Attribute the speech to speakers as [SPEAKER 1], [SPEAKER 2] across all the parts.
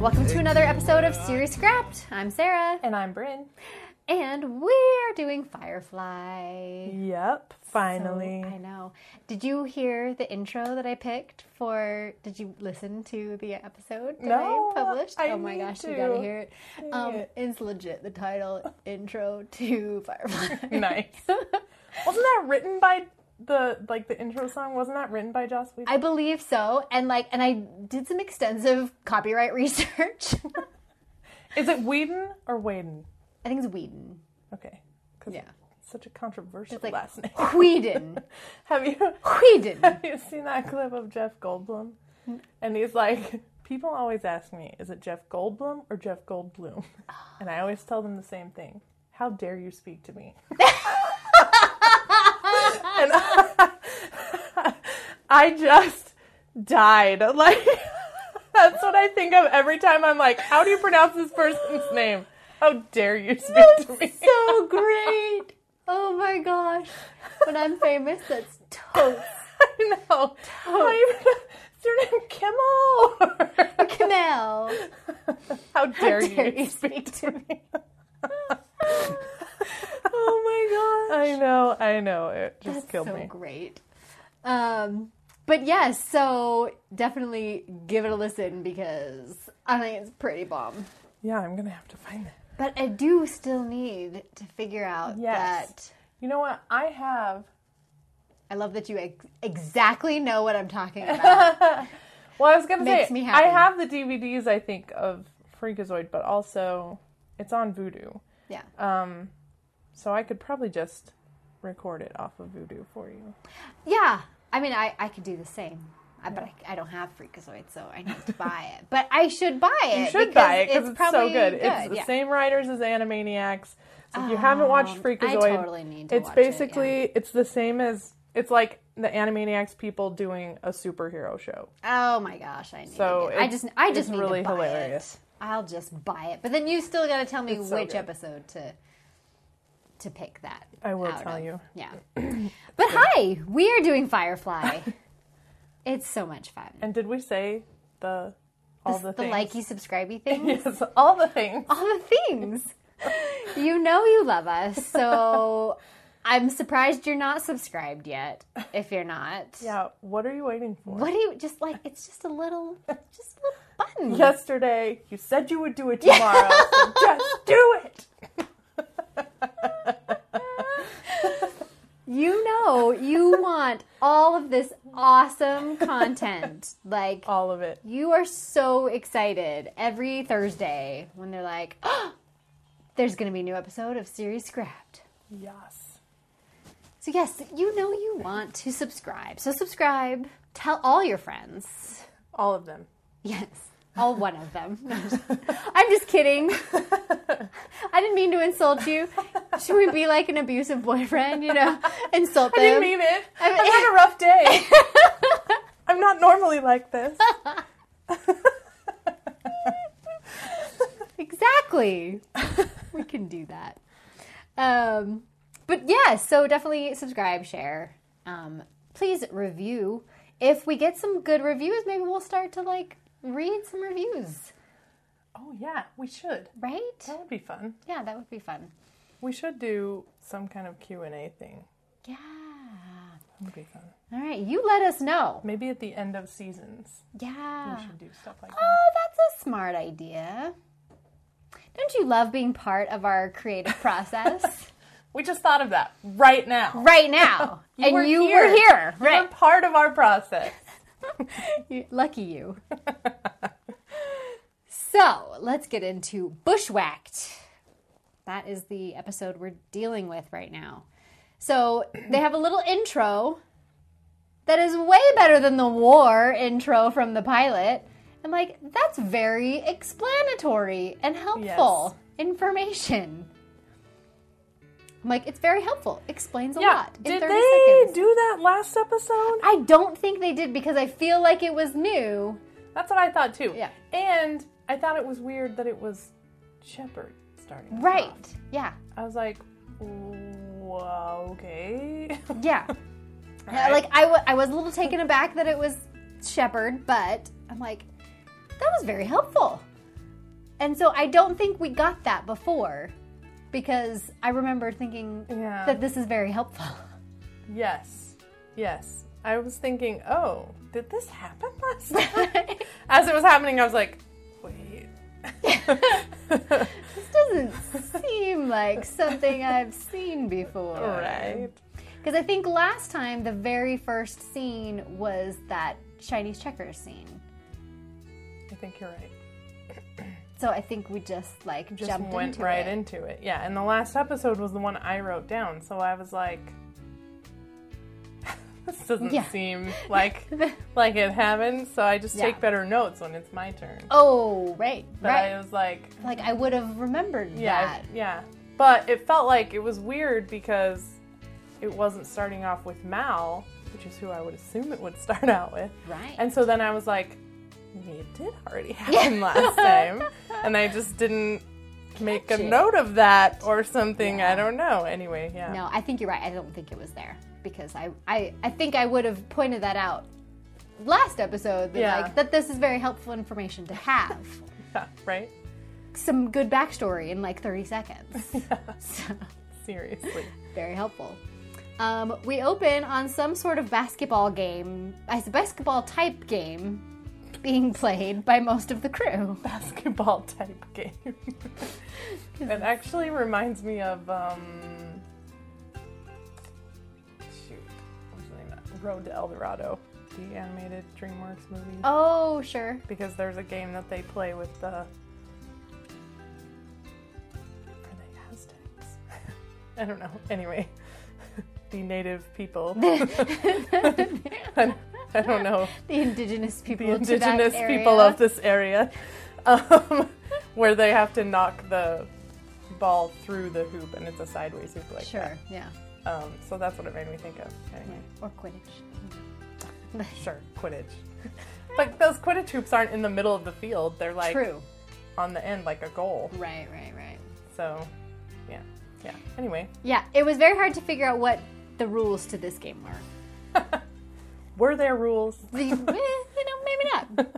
[SPEAKER 1] Welcome to another episode of Series Scrapped. I'm Sarah,
[SPEAKER 2] And I'm Bryn.
[SPEAKER 1] and we're doing Firefly.
[SPEAKER 2] Yep, finally.
[SPEAKER 1] So, I know. Did you hear the intro that I picked for? Did you listen to the episode that
[SPEAKER 2] No,
[SPEAKER 1] I published?
[SPEAKER 2] I
[SPEAKER 1] oh my
[SPEAKER 2] need
[SPEAKER 1] gosh, you
[SPEAKER 2] to.
[SPEAKER 1] gotta hear it. Um,
[SPEAKER 2] it.
[SPEAKER 1] It's legit the title intro to Firefly.
[SPEAKER 2] nice. Wasn't that written by the like the intro song? Wasn't that written by Joss Whedon?
[SPEAKER 1] I believe so, and like, and I did some extensive copyright research.
[SPEAKER 2] Is it Whedon or Whedon?
[SPEAKER 1] I think it's Whedon.
[SPEAKER 2] Okay, 'cause
[SPEAKER 1] Yeah.
[SPEAKER 2] it's such a controversial
[SPEAKER 1] like-
[SPEAKER 2] last name.
[SPEAKER 1] Whedon.
[SPEAKER 2] Have you
[SPEAKER 1] Whedon.
[SPEAKER 2] have you seen that clip of Jeff Goldblum? And he's like, people always ask me, is it Jeff Goldblum or Jeff Goldblum? And I always tell them the same thing. How dare you speak to me? and I, I just died. Like that's what I think of every time I'm like, how do you pronounce this person's name? How dare you speak to me?
[SPEAKER 1] so great. Oh my gosh. When I'm famous, that's toast.
[SPEAKER 2] I know. Not even- is your name Kimmel?
[SPEAKER 1] Camel.
[SPEAKER 2] How dare,
[SPEAKER 1] dare
[SPEAKER 2] you,
[SPEAKER 1] you
[SPEAKER 2] speak to me? oh my gosh. I know, I know. It just
[SPEAKER 1] That's
[SPEAKER 2] killed
[SPEAKER 1] so
[SPEAKER 2] me.
[SPEAKER 1] great. Um, but yes, so definitely give it a listen because I think it's pretty bomb.
[SPEAKER 2] Yeah, I'm going to have to find that.
[SPEAKER 1] But I do still need to figure out
[SPEAKER 2] Yes.
[SPEAKER 1] that.
[SPEAKER 2] You know what? I have.
[SPEAKER 1] I love that you ex- exactly know what I'm talking about.
[SPEAKER 2] Well, I was going to
[SPEAKER 1] Makes
[SPEAKER 2] say,
[SPEAKER 1] me
[SPEAKER 2] I
[SPEAKER 1] happy.
[SPEAKER 2] have the DVDs, I think, of Freakazoid, but also it's on Voodoo.
[SPEAKER 1] yeah.
[SPEAKER 2] Um, so I could probably just record it off of Voodoo for you.
[SPEAKER 1] Yeah, I mean, I, I could do the same, I, but I, I don't have Freakazoid, so I need to buy it. But I should buy it.
[SPEAKER 2] You should
[SPEAKER 1] because
[SPEAKER 2] buy it because it's, so good. It's the
[SPEAKER 1] yeah.
[SPEAKER 2] same writers as Animaniacs. So if you haven't watched
[SPEAKER 1] Um, I
[SPEAKER 2] Freakazoid,
[SPEAKER 1] totally need to
[SPEAKER 2] it's
[SPEAKER 1] watch it, yeah.
[SPEAKER 2] basically it's the same as it's like the Animaniacs people doing a superhero show.
[SPEAKER 1] Oh my gosh, I need.
[SPEAKER 2] So
[SPEAKER 1] to get, I
[SPEAKER 2] it's-
[SPEAKER 1] just I
[SPEAKER 2] it's
[SPEAKER 1] just need
[SPEAKER 2] really
[SPEAKER 1] to buy
[SPEAKER 2] hilarious.
[SPEAKER 1] it. I'll just buy it. But then you still got to tell me
[SPEAKER 2] It's so
[SPEAKER 1] which
[SPEAKER 2] good.
[SPEAKER 1] episode to to pick that.
[SPEAKER 2] I will
[SPEAKER 1] out
[SPEAKER 2] tell
[SPEAKER 1] of.
[SPEAKER 2] you.
[SPEAKER 1] Yeah. But hi, we are doing Firefly. it's so much fun.
[SPEAKER 2] And did we say the all the,
[SPEAKER 1] the
[SPEAKER 2] things?
[SPEAKER 1] likey, subscribey thing.
[SPEAKER 2] yes, all the things.
[SPEAKER 1] all the things. you know you love us, so I'm surprised you're not subscribed yet. If you're not,
[SPEAKER 2] Yeah, what are you waiting for?
[SPEAKER 1] what do you just like? It's just a little, just a little button.
[SPEAKER 2] Yesterday, you said you would do it tomorrow. so just do it.
[SPEAKER 1] You know you want all of this awesome content. Like
[SPEAKER 2] All of it.
[SPEAKER 1] you are so excited every Thursday when they're like, oh, "There's going to be a new episode of Series Scrapped."
[SPEAKER 2] Yes.
[SPEAKER 1] So yes, you know you want to subscribe. So subscribe. Tell all your friends.
[SPEAKER 2] All of them.
[SPEAKER 1] Yes, all one of them. I'm just kidding. I didn't mean to insult you. Should we be like an abusive boyfriend, you know, insult
[SPEAKER 2] I didn't
[SPEAKER 1] them?
[SPEAKER 2] mean it.
[SPEAKER 1] I mean-
[SPEAKER 2] I've had a rough day. I'm not normally like this.
[SPEAKER 1] exactly. we can do that. Um, but yeah, so definitely subscribe, share. Um, please review. If we get some good reviews, maybe we'll start to like read some reviews,
[SPEAKER 2] Oh yeah, we should.
[SPEAKER 1] right?
[SPEAKER 2] That would be fun.
[SPEAKER 1] Yeah, that would be fun.
[SPEAKER 2] We should do some kind of Q and A thing.
[SPEAKER 1] Yeah.
[SPEAKER 2] That would be fun.
[SPEAKER 1] All right, you let us know.
[SPEAKER 2] Maybe at the end of seasons,
[SPEAKER 1] Yeah.
[SPEAKER 2] we should do stuff like that.
[SPEAKER 1] Oh, that's a smart idea. Don't you love being part of our creative process?
[SPEAKER 2] We just thought of that right now.
[SPEAKER 1] right now.
[SPEAKER 2] You were
[SPEAKER 1] and you
[SPEAKER 2] here.
[SPEAKER 1] were here.
[SPEAKER 2] You're
[SPEAKER 1] Right.
[SPEAKER 2] part of our process.
[SPEAKER 1] You- Lucky you. so let's get into Bushwhacked. That is the episode we're dealing with right now. So they have a little intro that is way better than the war intro from the pilot. I'm like, that's very explanatory and helpful information. I'm like, it's very helpful. Explains a lot in
[SPEAKER 2] Did
[SPEAKER 1] 30
[SPEAKER 2] they
[SPEAKER 1] seconds.
[SPEAKER 2] do that last episode?
[SPEAKER 1] I don't think they did because I feel like it was new.
[SPEAKER 2] That's what I thought too.
[SPEAKER 1] Yeah.
[SPEAKER 2] And I thought it was weird that it was Shepard starting. us
[SPEAKER 1] Right.
[SPEAKER 2] off.
[SPEAKER 1] Yeah.
[SPEAKER 2] I was like, "Whoa, okay.
[SPEAKER 1] Yeah.
[SPEAKER 2] Right.
[SPEAKER 1] Like I wa- I was a little taken aback that it was Shepherd, but I'm like, that was very helpful. And so I don't think we got that before because I remember thinking
[SPEAKER 2] Yeah.
[SPEAKER 1] that this is very helpful.
[SPEAKER 2] Yes. Yes. I was thinking, oh, did this happen last time? As it was happening, I was like, wait.
[SPEAKER 1] This doesn't seem like something I've seen before.
[SPEAKER 2] right.
[SPEAKER 1] Because I think last time the very first scene was that Chinese checkers scene.
[SPEAKER 2] I think you're right.
[SPEAKER 1] So I think we just like
[SPEAKER 2] Just
[SPEAKER 1] jumped
[SPEAKER 2] went
[SPEAKER 1] into
[SPEAKER 2] right
[SPEAKER 1] it.
[SPEAKER 2] into it. Yeah, and the last episode was the one I wrote down, so I was like this doesn't
[SPEAKER 1] Yeah.
[SPEAKER 2] seem like like it happened, so I just
[SPEAKER 1] Yeah.
[SPEAKER 2] take better notes when it's my turn.
[SPEAKER 1] Oh, right,
[SPEAKER 2] But I
[SPEAKER 1] right.
[SPEAKER 2] was like,
[SPEAKER 1] Like I would have remembered
[SPEAKER 2] Yeah,
[SPEAKER 1] that.
[SPEAKER 2] I- yeah. But it felt like it was weird because it wasn't starting off with Mal, which is who I would assume it would start out with.
[SPEAKER 1] Right.
[SPEAKER 2] And so then I was like, maybe it did already happen last time. And I just didn't make
[SPEAKER 1] Catch
[SPEAKER 2] a
[SPEAKER 1] it.
[SPEAKER 2] note of that or something.
[SPEAKER 1] Yeah.
[SPEAKER 2] I don't know. Anyway, yeah.
[SPEAKER 1] no, I think you're right. I don't think it was there because I I, I think I would have pointed that out last episode that
[SPEAKER 2] Yeah.
[SPEAKER 1] like that this is very helpful information to have.
[SPEAKER 2] Yeah, right?
[SPEAKER 1] Some good backstory in like 30 seconds. So,
[SPEAKER 2] Seriously.
[SPEAKER 1] very helpful. Um, we open on some sort of basketball game, a basketball type game being played by most of the crew.
[SPEAKER 2] Basketball type game. it actually reminds me of, um, shoot, what's the name of that? Road to El Dorado, the animated DreamWorks movie.
[SPEAKER 1] Oh, sure.
[SPEAKER 2] Because there's a game that they play with the. Are they Aztecs? I don't know. Anyway, the native people. I, I don't know
[SPEAKER 1] The indigenous people.
[SPEAKER 2] the
[SPEAKER 1] to that
[SPEAKER 2] indigenous
[SPEAKER 1] area.
[SPEAKER 2] people of this area, um, where they have to knock the ball through the hoop, and it's a sideways hoop like
[SPEAKER 1] Sure. Yeah.
[SPEAKER 2] that. Um, so that's what it made me think of. Anyway,
[SPEAKER 1] Or Quidditch.
[SPEAKER 2] sure, Quidditch. But those Quidditch hoops aren't in the middle of the field; they're like
[SPEAKER 1] True.
[SPEAKER 2] on the end, like a goal.
[SPEAKER 1] Right. Right. Right.
[SPEAKER 2] So, yeah, yeah. Anyway,
[SPEAKER 1] Yeah. It was very hard to figure out what the rules to this game were.
[SPEAKER 2] were there rules?
[SPEAKER 1] The- eh, you know, maybe not.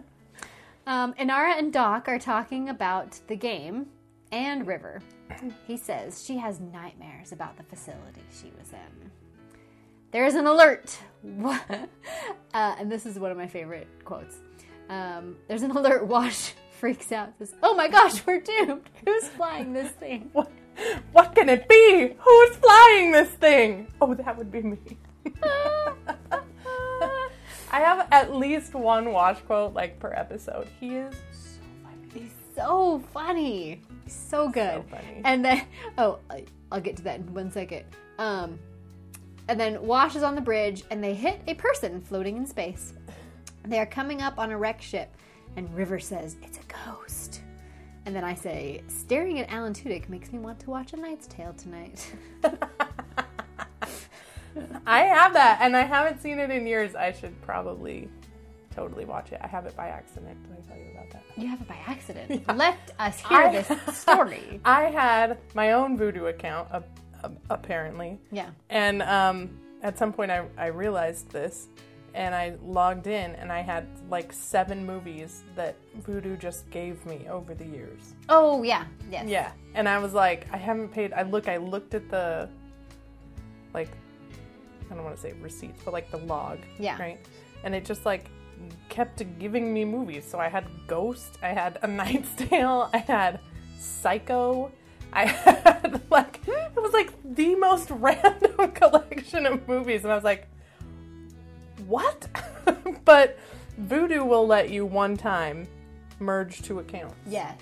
[SPEAKER 1] Um, Inara and Doc are talking about the game and River. He says she has nightmares about the facility she was in. There is an alert. Wa- uh, and this is one of my favorite quotes. Um, there's an alert. Wash freaks out. Says, "Oh my gosh, we're doomed. Who's flying this thing?"
[SPEAKER 2] What, what can it be? Who's flying this thing? Oh, that would be me. I have at least one wash quote like per episode. He is so funny.
[SPEAKER 1] He's so funny. He's so good.
[SPEAKER 2] funny.
[SPEAKER 1] And then, oh, I- I'll get to that in one second. Um, and then Wash is on the bridge, and they hit a person floating in space. They are coming up on a wreck ship, and River says it's a ghost. And then I say, staring at Alan Tudyk makes me want to watch A Knight's Tale tonight.
[SPEAKER 2] I have that, and I haven't seen it in years. I should probably totally watch it. I have it by accident. Did I tell you about that?
[SPEAKER 1] you have it by accident. Let us hear
[SPEAKER 2] I-
[SPEAKER 1] this story.
[SPEAKER 2] I had my own voodoo account, ap- ap- apparently.
[SPEAKER 1] Yeah.
[SPEAKER 2] And um, at some point, I, I realized this, and I logged in, and I had like seven movies that Voodoo just gave me over the years.
[SPEAKER 1] Oh yeah. Yes.
[SPEAKER 2] Yeah, and I was like, I haven't paid. I look, I looked at the, like, I don't want to say receipts, but like the log.
[SPEAKER 1] Yeah.
[SPEAKER 2] Right, and it just like kept giving me movies. So I had Ghost, I had A Knight's Tale, I had Psycho. I had like it was like the most random collection of movies, and I was like, what? but Voodoo will let you one time merge two accounts.
[SPEAKER 1] Yes.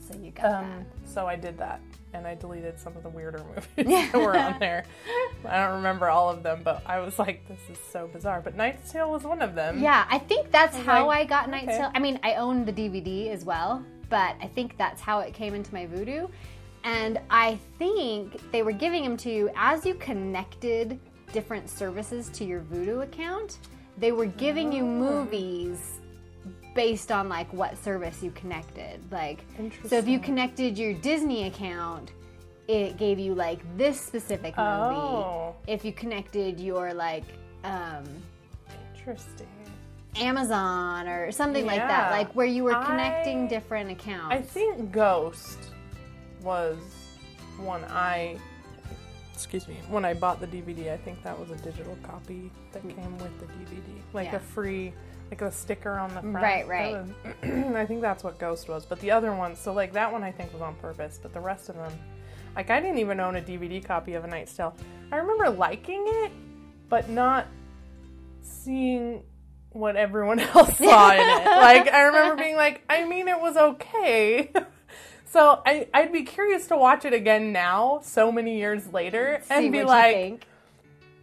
[SPEAKER 1] So you got
[SPEAKER 2] Um, so I did that, and I deleted some of the weirder movies that were on there. I don't remember all of them, but I was like, "This is so bizarre." But *Knight's Tale* was one of them.
[SPEAKER 1] Yeah, I think that's how
[SPEAKER 2] like,
[SPEAKER 1] I got Night's
[SPEAKER 2] okay.
[SPEAKER 1] Tale. I mean, I own the DVD as well, but I think that's how it came into my voodoo. And I think they were giving them to you as you connected different services to your voodoo account. They were giving
[SPEAKER 2] Oh.
[SPEAKER 1] you movies based on like what service you connected. Like, so if you connected your Disney account, it gave you like this specific movie.
[SPEAKER 2] Oh.
[SPEAKER 1] If you connected your like um,
[SPEAKER 2] Interesting.
[SPEAKER 1] Amazon or something like
[SPEAKER 2] Yeah.
[SPEAKER 1] that, like where you were
[SPEAKER 2] I-
[SPEAKER 1] connecting different accounts.
[SPEAKER 2] I think Ghost was one I. Excuse me. When I bought the DVD, I think that was a digital copy that came with the DVD, like
[SPEAKER 1] Yeah.
[SPEAKER 2] a free, like a sticker on the front.
[SPEAKER 1] Right,
[SPEAKER 2] That
[SPEAKER 1] right.
[SPEAKER 2] was- I think that's what Ghost was. But the other one, so like that one, I think was on purpose. But the rest of them, like I didn't even own a DVD copy of A Night's Tale. I remember liking it, but not seeing what everyone else saw in it. Like I remember being like, I mean, it was okay. so I, I'd be curious to watch it again now, so many years later,
[SPEAKER 1] See
[SPEAKER 2] and
[SPEAKER 1] what
[SPEAKER 2] be
[SPEAKER 1] you
[SPEAKER 2] like,
[SPEAKER 1] think.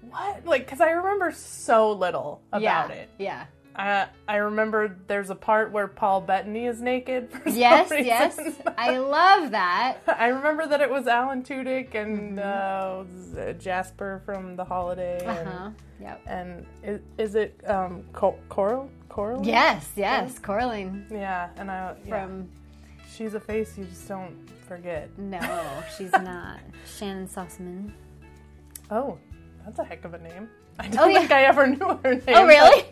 [SPEAKER 2] what? Like, because I remember so little about
[SPEAKER 1] yeah,
[SPEAKER 2] it.
[SPEAKER 1] Yeah.
[SPEAKER 2] I, I remember there's a part where Paul Bettany is naked. For
[SPEAKER 1] Yes,
[SPEAKER 2] some reason.
[SPEAKER 1] yes. I love that.
[SPEAKER 2] I remember that it was Alan Tudyk and
[SPEAKER 1] Mm-hmm.
[SPEAKER 2] uh, Jasper from The Holiday.
[SPEAKER 1] Uh
[SPEAKER 2] and-
[SPEAKER 1] huh. Yep.
[SPEAKER 2] and is, is it um Cor- coral coral
[SPEAKER 1] Yes, yes. Coraline
[SPEAKER 2] yeah and i yeah.
[SPEAKER 1] from
[SPEAKER 2] she's a face you just don't forget
[SPEAKER 1] No, she's not. Shannon Sussman.
[SPEAKER 2] oh that's a heck of a name i don't
[SPEAKER 1] Oh, yeah.
[SPEAKER 2] think i ever knew her name
[SPEAKER 1] Oh, really?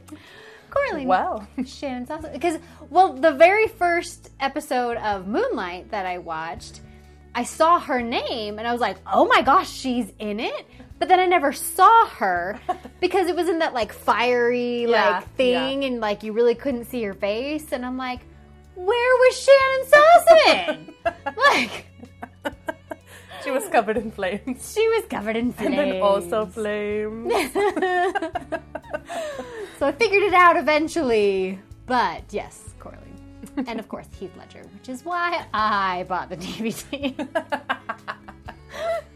[SPEAKER 1] Coraline.
[SPEAKER 2] wow
[SPEAKER 1] Shannon Sussman. Because, well, the very first episode of Moonlight that I watched, I saw her name and I was like, oh my gosh, she's in it. But then I never saw her because it was in that like fiery
[SPEAKER 2] Yeah,
[SPEAKER 1] like thing and like you really couldn't see her face. And I'm like, where was Shannon Sussman? like,
[SPEAKER 2] she was covered in flames
[SPEAKER 1] she was covered in flames.
[SPEAKER 2] and then also flames
[SPEAKER 1] So I figured it out eventually. But yes, Coraline. and of course, Heath Ledger, which is why I bought the DVD.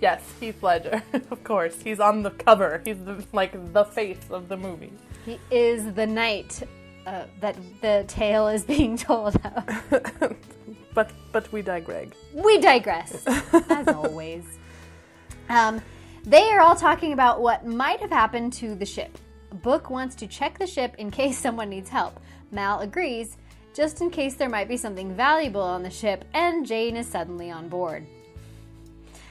[SPEAKER 2] yes heath ledger of course he's on the cover he's the, like the face of the movie
[SPEAKER 1] he is the knight uh, that the tale is being told of.
[SPEAKER 2] but but we digress
[SPEAKER 1] We digress, as always. Um, they are all talking about what might have happened to the ship. Book wants to check the ship in case someone needs help. Mal agrees, just in case there might be something valuable on the ship, and Jane is suddenly on board.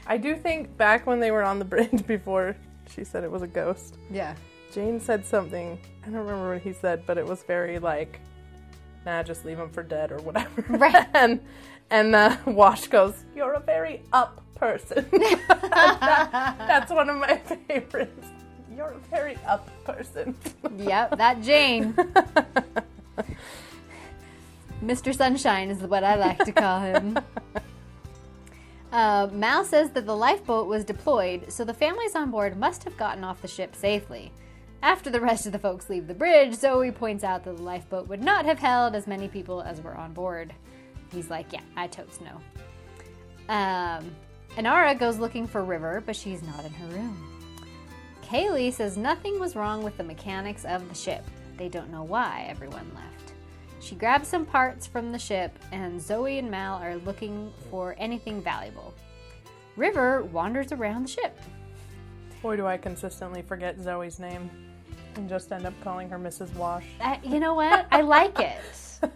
[SPEAKER 2] i do think back when they were on the bridge before she said it was a ghost
[SPEAKER 1] Yeah.
[SPEAKER 2] Jane said something. I don't remember what he said, but it was very like, "Nah, just leave him for dead or whatever."
[SPEAKER 1] Right.
[SPEAKER 2] and and uh, Wash goes, "You're a very up person." That- that's one of my favorites. You're a very up person.
[SPEAKER 1] Yep, that Jane. Mr. Sunshine is what I like to call him. Uh, Mal says that the lifeboat was deployed, so the families on board must have gotten off the ship safely. After the rest of the folks leave the bridge, Zoe points out that the lifeboat would not have held as many people as were on board. He's like, Yeah, I totes know. Um, Inara goes looking for River, but she's not in her room. Kaylee says nothing was wrong with the mechanics of the ship. They don't know why everyone left. She grabs some parts from the ship, and Zoe and Mal are looking for anything valuable. River wanders around the ship.
[SPEAKER 2] Boy, do I consistently forget Zoe's name and just end up calling her Mrs. Wash.
[SPEAKER 1] I, you know what? I like it.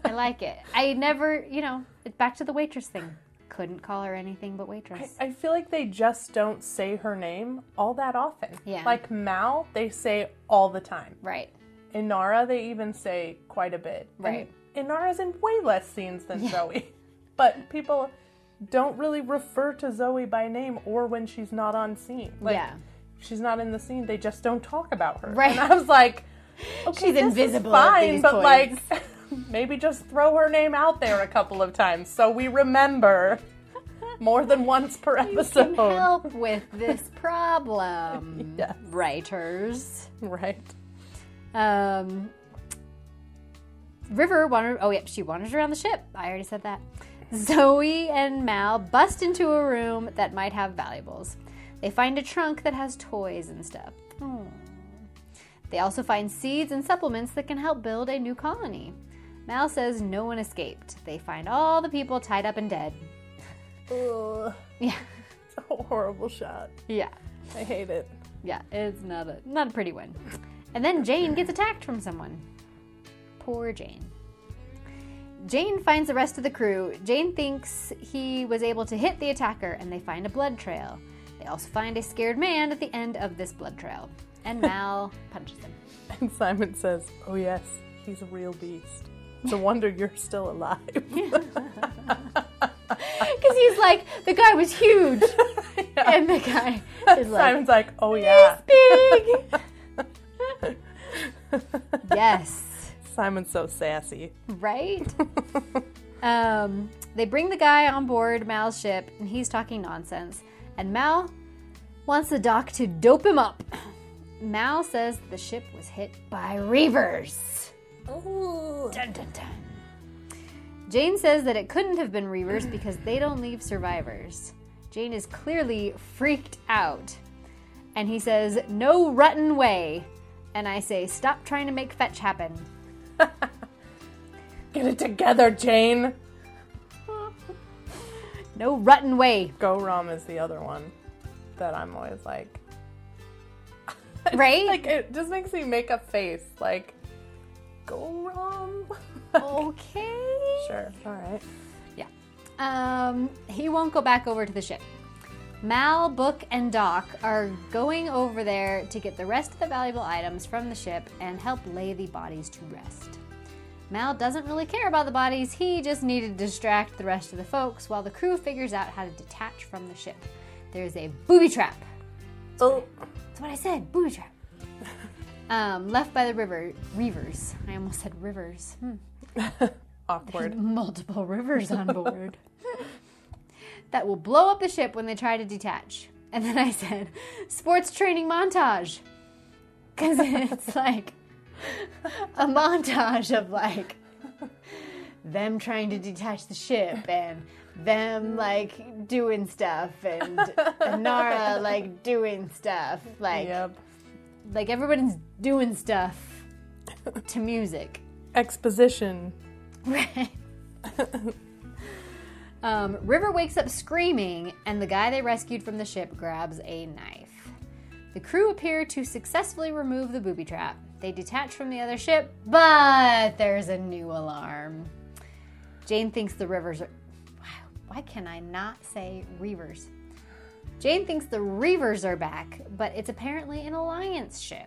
[SPEAKER 1] I like it. I never, you know, it's back to the waitress thing. Couldn't call her anything but waitress.
[SPEAKER 2] I feel like they just don't say her name all that often.
[SPEAKER 1] Yeah.
[SPEAKER 2] Like Mal, they say all the time.
[SPEAKER 1] Right.
[SPEAKER 2] Inara, they even say quite a bit. And
[SPEAKER 1] Right.
[SPEAKER 2] Inara's in way less scenes than Zoe, but people don't really refer to Zoe by name or when she's not on scene. Like,
[SPEAKER 1] Yeah.
[SPEAKER 2] She's not in the scene. They just don't talk about her.
[SPEAKER 1] Right.
[SPEAKER 2] And I was like, okay,
[SPEAKER 1] She's
[SPEAKER 2] this is
[SPEAKER 1] invisible at
[SPEAKER 2] fine,
[SPEAKER 1] these
[SPEAKER 2] but like, maybe just throw her name out there a couple of times so we remember more than once per
[SPEAKER 1] Can
[SPEAKER 2] episode.
[SPEAKER 1] help with this problem,
[SPEAKER 2] Yes.
[SPEAKER 1] writers.
[SPEAKER 2] Right.
[SPEAKER 1] Um, River wandered. Oh, yep, she wanders around the ship. I already said that. Zoe and Mal bust into a room that might have valuables. They find a trunk that has toys and stuff. Aw. They also find seeds and supplements that can help build a new colony. Mal says no one escaped. They find all the people tied up and dead.
[SPEAKER 2] Ugh,
[SPEAKER 1] Yeah,
[SPEAKER 2] it's a horrible shot.
[SPEAKER 1] yeah,
[SPEAKER 2] I hate it.
[SPEAKER 1] yeah. It's not a not a pretty one. And then Jane gets attacked from someone. Poor Jane. Jane finds the rest of the crew. Jane thinks he was able to hit the attacker, and they find a blood trail. They also find a scared man at the end of this blood trail. And Mal punches him.
[SPEAKER 2] And Simon says, Oh, yes, He's a real beast. It's a wonder you're still alive.
[SPEAKER 1] Because he's like, the guy was huge. And the guy is like,
[SPEAKER 2] Simon's like, oh yeah.
[SPEAKER 1] big. yes.
[SPEAKER 2] Simon's so sassy.
[SPEAKER 1] Right? Um, they bring the guy on board Mal's ship, and he's talking nonsense. And Mal wants the doc to dope him up. Mal says the ship was hit by reavers. Dun, dun, dun. Jane says that it couldn't have been reavers because they don't leave survivors. Jane is clearly freaked out. And he says, No rotten way. And I say, Stop trying to make fetch happen.
[SPEAKER 2] Get it together, Jane.
[SPEAKER 1] No rotten way,
[SPEAKER 2] Go Rum is the other one that I'm always like,
[SPEAKER 1] right?
[SPEAKER 2] like it just makes me make a face like, Go Rum.
[SPEAKER 1] Oh. okay.
[SPEAKER 2] sure. All right.
[SPEAKER 1] Yeah. Um, he won't go back over to the ship. Mal, Book, and Doc are going over there to get the rest of the valuable items from the ship and help lay the bodies to rest. Mal doesn't really care about the bodies, he just needed to distract the rest of the folks while the crew figures out how to detach from the ship. There's a booby trap.
[SPEAKER 2] Oh,
[SPEAKER 1] That's what I said, booby trap. Um, left by the river, reavers. I almost said rivers.
[SPEAKER 2] awkward.
[SPEAKER 1] multiple rivers on board that will blow up the ship when they try to detach. And then I said, sports training montage. Because it's like a montage of like them trying to detach the ship and them like doing stuff and Nara like doing stuff. Like,
[SPEAKER 2] Yep.
[SPEAKER 1] like everybody's doing stuff to music.
[SPEAKER 2] Exposition.
[SPEAKER 1] Right. um, River wakes up screaming, and the guy they rescued from the ship grabs a knife. The crew appear to successfully remove the booby trap. They detach from the other ship, but there's a new alarm. Jane thinks the rivers are. Wow, Why can I not say reavers? Jane thinks the reavers are back, but it's apparently an alliance ship.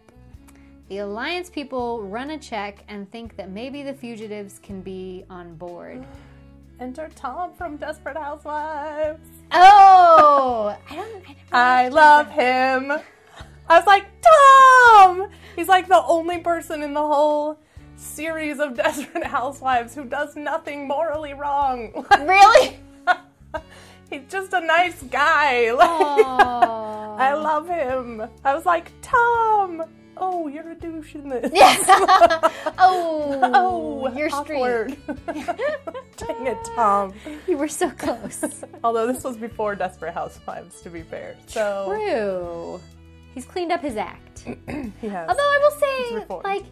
[SPEAKER 1] The Alliance people run a check and think that maybe the fugitives can be on board.
[SPEAKER 2] Enter Tom from Desperate Housewives.
[SPEAKER 1] Oh, I don't. I never,
[SPEAKER 2] I love him. I was like, Tom! He's like the only person in the whole series of Desperate Housewives who does nothing morally wrong.
[SPEAKER 1] really?
[SPEAKER 2] He's just a nice guy. Like,
[SPEAKER 1] Oh,
[SPEAKER 2] I love him. I was like, Tom! Oh, you're a douche in this.
[SPEAKER 1] oh,
[SPEAKER 2] Oh,
[SPEAKER 1] your street.
[SPEAKER 2] awkward. Dang it, Tom.
[SPEAKER 1] You were so close.
[SPEAKER 2] Although this was before Desperate Housewives, to be fair. So,
[SPEAKER 1] True. He's cleaned up his act.
[SPEAKER 2] he has.
[SPEAKER 1] Although I will say,
[SPEAKER 2] reformed.
[SPEAKER 1] like,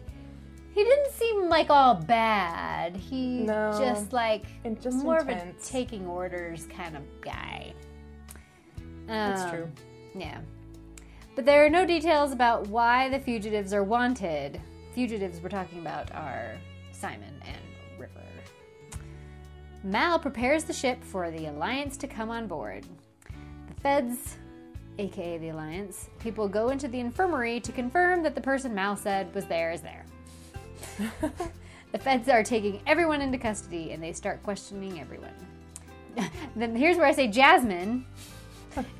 [SPEAKER 1] he didn't seem like all bad. He
[SPEAKER 2] No.
[SPEAKER 1] just like
[SPEAKER 2] And just
[SPEAKER 1] more
[SPEAKER 2] intense.
[SPEAKER 1] of a taking orders kind of guy.
[SPEAKER 2] That's
[SPEAKER 1] Um,
[SPEAKER 2] true.
[SPEAKER 1] Yeah. But there are no details about why the fugitives are wanted. Fugitives we're talking about are Simon and River. Mal prepares the ship for the Alliance to come on board. The feds, aka the Alliance, people go into the infirmary to confirm that the person Mal said was there is there. the feds are taking everyone into custody and they start questioning everyone. then here's where I say Jasmine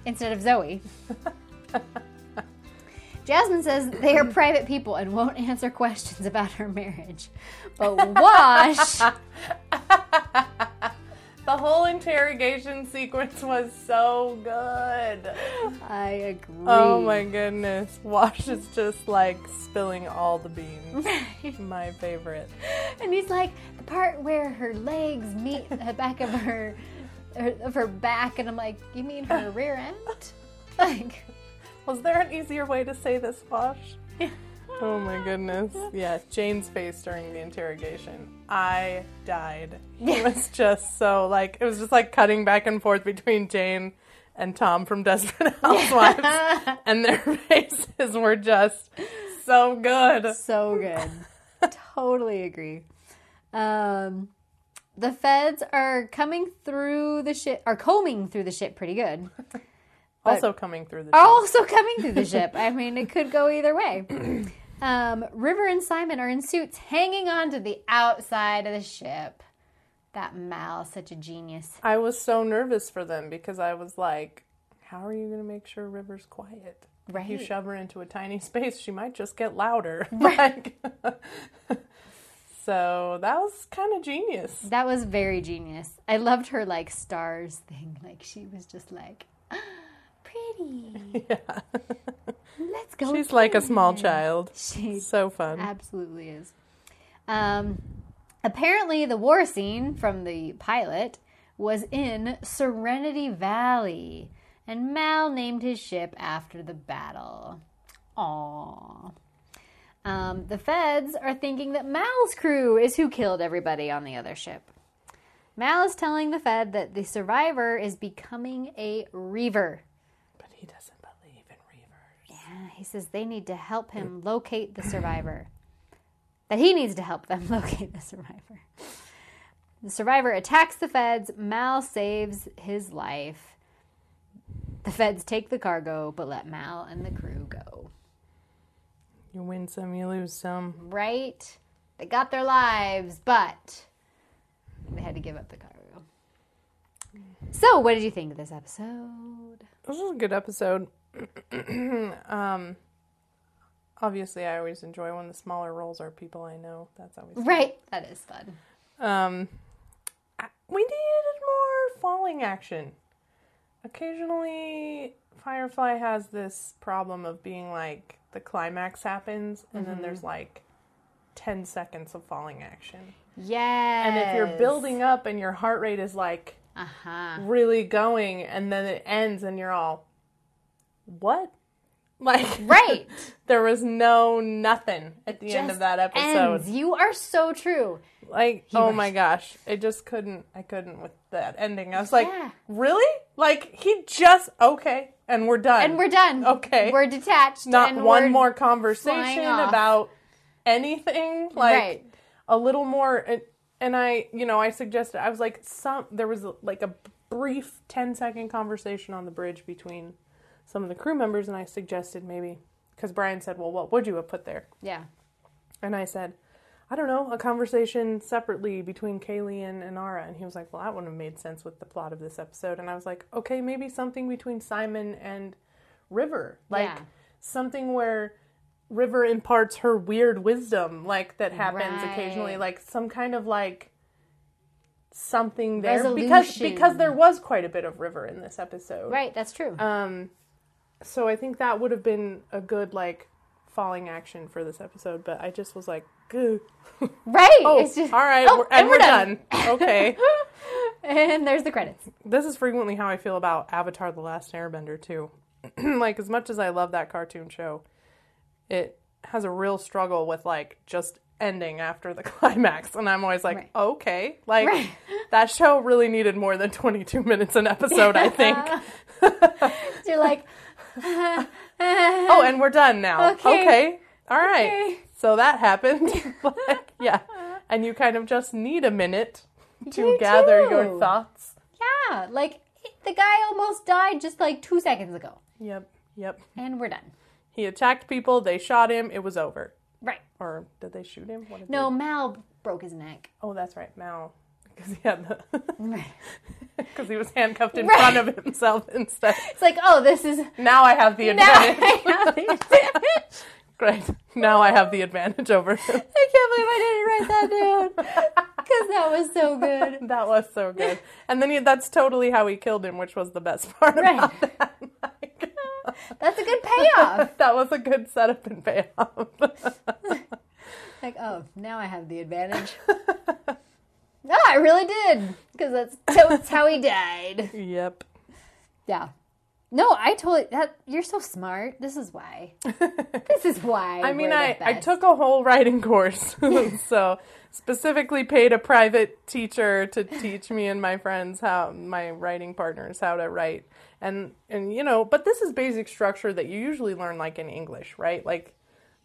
[SPEAKER 1] instead of Zoe. Jasmine says they are private people and won't answer questions about her marriage. But Wash,
[SPEAKER 2] The whole interrogation sequence was so good.
[SPEAKER 1] I agree.
[SPEAKER 2] Oh my goodness. Wash is just like spilling all the beans. my favorite.
[SPEAKER 1] And he's like the part where her legs meet the back of her, her of her back, and I'm like, you mean her rear end? Like,
[SPEAKER 2] Was there an easier way to say this, Wash? Oh my goodness. Yeah, Jane's face during the interrogation. I died. It was just so like it was just like cutting back and forth between Jane and Tom from Desperate Housewives. and their faces were just so good.
[SPEAKER 1] so good. totally agree. Um, the feds are coming through the ship, are combing through the ship pretty good.
[SPEAKER 2] Also coming through the
[SPEAKER 1] also coming through the ship. I mean, it could go either way. Um, River and Simon are in suits hanging on to the outside of the ship. That Mal, such a genius.
[SPEAKER 2] I was so nervous for them because I was like, how are you going to make sure River's quiet? If you
[SPEAKER 1] Right.
[SPEAKER 2] shove her into a tiny space, she might just get louder. Like, so that was kind of genius.
[SPEAKER 1] That was very genius. I loved her like stars thing. Like she was just like, "Ah, pretty.
[SPEAKER 2] Yeah.
[SPEAKER 1] Let's go.
[SPEAKER 2] She's like a small
[SPEAKER 1] again."
[SPEAKER 2] child.
[SPEAKER 1] She
[SPEAKER 2] So fun.
[SPEAKER 1] absolutely is. Um, apparently, the war scene from the pilot was in Serenity Valley, and Mal named his ship after the battle. Aww. Um, the feds are thinking that Mal's crew is who killed everybody on the other ship. Mal is telling the Fed that the survivor is becoming a Reaver.
[SPEAKER 2] But he doesn't believe in Reaver.
[SPEAKER 1] Yeah, Uh, he says they need to help him locate the survivor. that he needs to help them locate the survivor. The survivor attacks the feds. Mal saves his life. The feds take the cargo, but let Mal and the crew go.
[SPEAKER 2] You win some, you lose some.
[SPEAKER 1] Right? They got their lives, but they had to give up the cargo. So, what did you think of this episode?
[SPEAKER 2] This is a good episode. um, obviously, I always enjoy when the smaller roles are people I know. That's always
[SPEAKER 1] Right? That is fun.
[SPEAKER 2] Um, I- we needed more falling action. Occasionally, Firefly has this problem of being like the climax happens, and
[SPEAKER 1] Mm-hmm.
[SPEAKER 2] then there's like 10 seconds of falling action.
[SPEAKER 1] Yeah.
[SPEAKER 2] And if you're building up and your heart rate is like
[SPEAKER 1] Uh huh.
[SPEAKER 2] really going, and then it ends, and you're all, what? Like,
[SPEAKER 1] Right.
[SPEAKER 2] there was no nothing at the end of
[SPEAKER 1] just
[SPEAKER 2] that episode.
[SPEAKER 1] ends. You are so true.
[SPEAKER 2] Like, oh
[SPEAKER 1] was-
[SPEAKER 2] my gosh, I just couldn't. I couldn't with that ending. I was like,
[SPEAKER 1] Yeah.
[SPEAKER 2] really? Like he just okay, and we're done.
[SPEAKER 1] And we're done.
[SPEAKER 2] Okay.
[SPEAKER 1] We're detached.
[SPEAKER 2] not
[SPEAKER 1] and
[SPEAKER 2] one
[SPEAKER 1] we're-
[SPEAKER 2] more conversation
[SPEAKER 1] flying off.
[SPEAKER 2] about anything. Like
[SPEAKER 1] Right.
[SPEAKER 2] a little more. And, and I, you know, I suggested. I was like, some there was like a brief 10 second conversation on the bridge between some of the crew members, and I suggested maybe because Brian said, well, what would you have put there?
[SPEAKER 1] Yeah.
[SPEAKER 2] And I said, I don't know, a conversation separately between Kaylee and Inara. And he was like, Well, that wouldn't have made sense with the plot of this episode. And I was like, Okay, maybe something between Simon and River. Like
[SPEAKER 1] Yeah.
[SPEAKER 2] something where River imparts her weird wisdom, like that happens
[SPEAKER 1] Right.
[SPEAKER 2] occasionally, like some kind of like something there because
[SPEAKER 1] Resolution.
[SPEAKER 2] because there was quite a bit of river in this episode
[SPEAKER 1] Right. That's true.
[SPEAKER 2] um, so I think that would have been a good like falling action for this episode, but I just was like, "Goo."
[SPEAKER 1] right.
[SPEAKER 2] Oh,
[SPEAKER 1] It's just-
[SPEAKER 2] all right,
[SPEAKER 1] Oh,
[SPEAKER 2] we're, and, we're, done. okay,
[SPEAKER 1] and there's the credits.
[SPEAKER 2] this is frequently how I feel about Avatar: The Last Airbender too. like as much as I love that cartoon show, it has a real struggle with like just ending after the climax, and I'm always like,
[SPEAKER 1] Right.
[SPEAKER 2] okay, like
[SPEAKER 1] Right.
[SPEAKER 2] that show really needed more than 22 minutes an episode, I think.
[SPEAKER 1] You're like,
[SPEAKER 2] oh, and we're done now.
[SPEAKER 1] Okay.
[SPEAKER 2] Okay. All right.
[SPEAKER 1] Okay.
[SPEAKER 2] So that happened. Like, yeah. And you kind of just need a minute to
[SPEAKER 1] You
[SPEAKER 2] gather
[SPEAKER 1] do.
[SPEAKER 2] your thoughts.
[SPEAKER 1] yeah. Like the guy almost died just like two seconds ago,
[SPEAKER 2] Yep. Yep.
[SPEAKER 1] and we're done.
[SPEAKER 2] He attacked people. They shot him. It was over.
[SPEAKER 1] Right.
[SPEAKER 2] Or did they shoot him? What did
[SPEAKER 1] No,
[SPEAKER 2] They...
[SPEAKER 1] Mal broke his neck.
[SPEAKER 2] Oh, that's right. Mal. Because he had the.
[SPEAKER 1] Right.
[SPEAKER 2] Because he was handcuffed in
[SPEAKER 1] Right.
[SPEAKER 2] front of himself instead.
[SPEAKER 1] It's like, oh, this is
[SPEAKER 2] Now I have the
[SPEAKER 1] now.
[SPEAKER 2] advantage.
[SPEAKER 1] I have the advantage.
[SPEAKER 2] Great. Now I have the advantage over him.
[SPEAKER 1] I can't believe I didn't write that down because that was so good.
[SPEAKER 2] that was so good. And then he, that's totally how he killed him, which was the best part
[SPEAKER 1] Right.
[SPEAKER 2] about that. Like,
[SPEAKER 1] That's a good payoff.
[SPEAKER 2] that was a good setup and payoff.
[SPEAKER 1] Like, oh, now I have the advantage. no, I really did because that's totes how he died.
[SPEAKER 2] yep.
[SPEAKER 1] Yeah. No, I totally. That you're so smart. This is why. this is why.
[SPEAKER 2] I mean,
[SPEAKER 1] we're the
[SPEAKER 2] I, I
[SPEAKER 1] best.
[SPEAKER 2] took a whole writing course. so, specifically paid a private teacher to teach me and my friends how, my writing partners, how to write. And, and, you know, but this is basic structure that you usually learn like in English, right? Like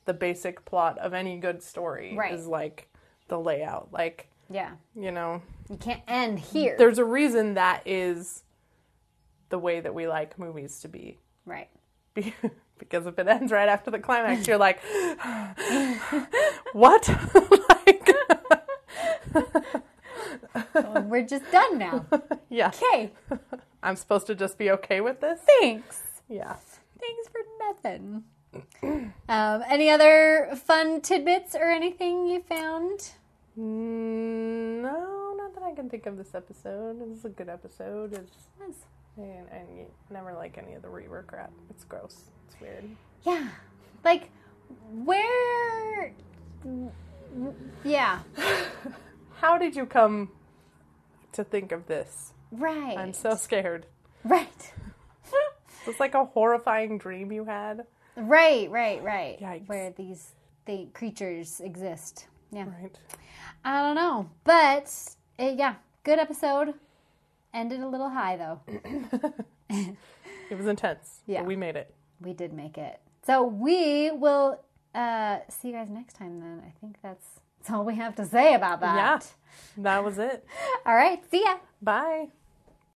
[SPEAKER 2] the basic plot of any good story
[SPEAKER 1] Right.
[SPEAKER 2] is like the layout. Like,
[SPEAKER 1] Yeah,
[SPEAKER 2] you know,
[SPEAKER 1] you can't end here.
[SPEAKER 2] there's a reason that is the way that we like movies to be.
[SPEAKER 1] right.
[SPEAKER 2] Be- Because if it ends right after the climax, you're like, what? like,
[SPEAKER 1] Well, We're just done now.
[SPEAKER 2] yeah,
[SPEAKER 1] Okay.
[SPEAKER 2] I'm supposed to just be okay with this?
[SPEAKER 1] Thanks.
[SPEAKER 2] Yeah.
[SPEAKER 1] Thanks for nothing. Um, any other fun tidbits or anything you found?
[SPEAKER 2] Mm, No, not that I can think of this episode. This is a good episode. It's, and, and you never like any of the rework crap. It's gross. It's weird.
[SPEAKER 1] Yeah. Like, where. Yeah.
[SPEAKER 2] How did you come to think of this?
[SPEAKER 1] Right.
[SPEAKER 2] I'm so scared.
[SPEAKER 1] Right.
[SPEAKER 2] It's like a horrifying dream you had.
[SPEAKER 1] Right, right, right.
[SPEAKER 2] Yikes.
[SPEAKER 1] Where these the creatures exist. Yeah.
[SPEAKER 2] Right.
[SPEAKER 1] I don't know. But, eh, yeah. Good episode. Ended a little high, though.
[SPEAKER 2] It was intense.
[SPEAKER 1] Yeah.
[SPEAKER 2] But we made it.
[SPEAKER 1] We did make it. So we will uh, see you guys next time then. I think that's, that's all we have to say about that.
[SPEAKER 2] That was it.
[SPEAKER 1] All right. See ya.
[SPEAKER 2] Bye.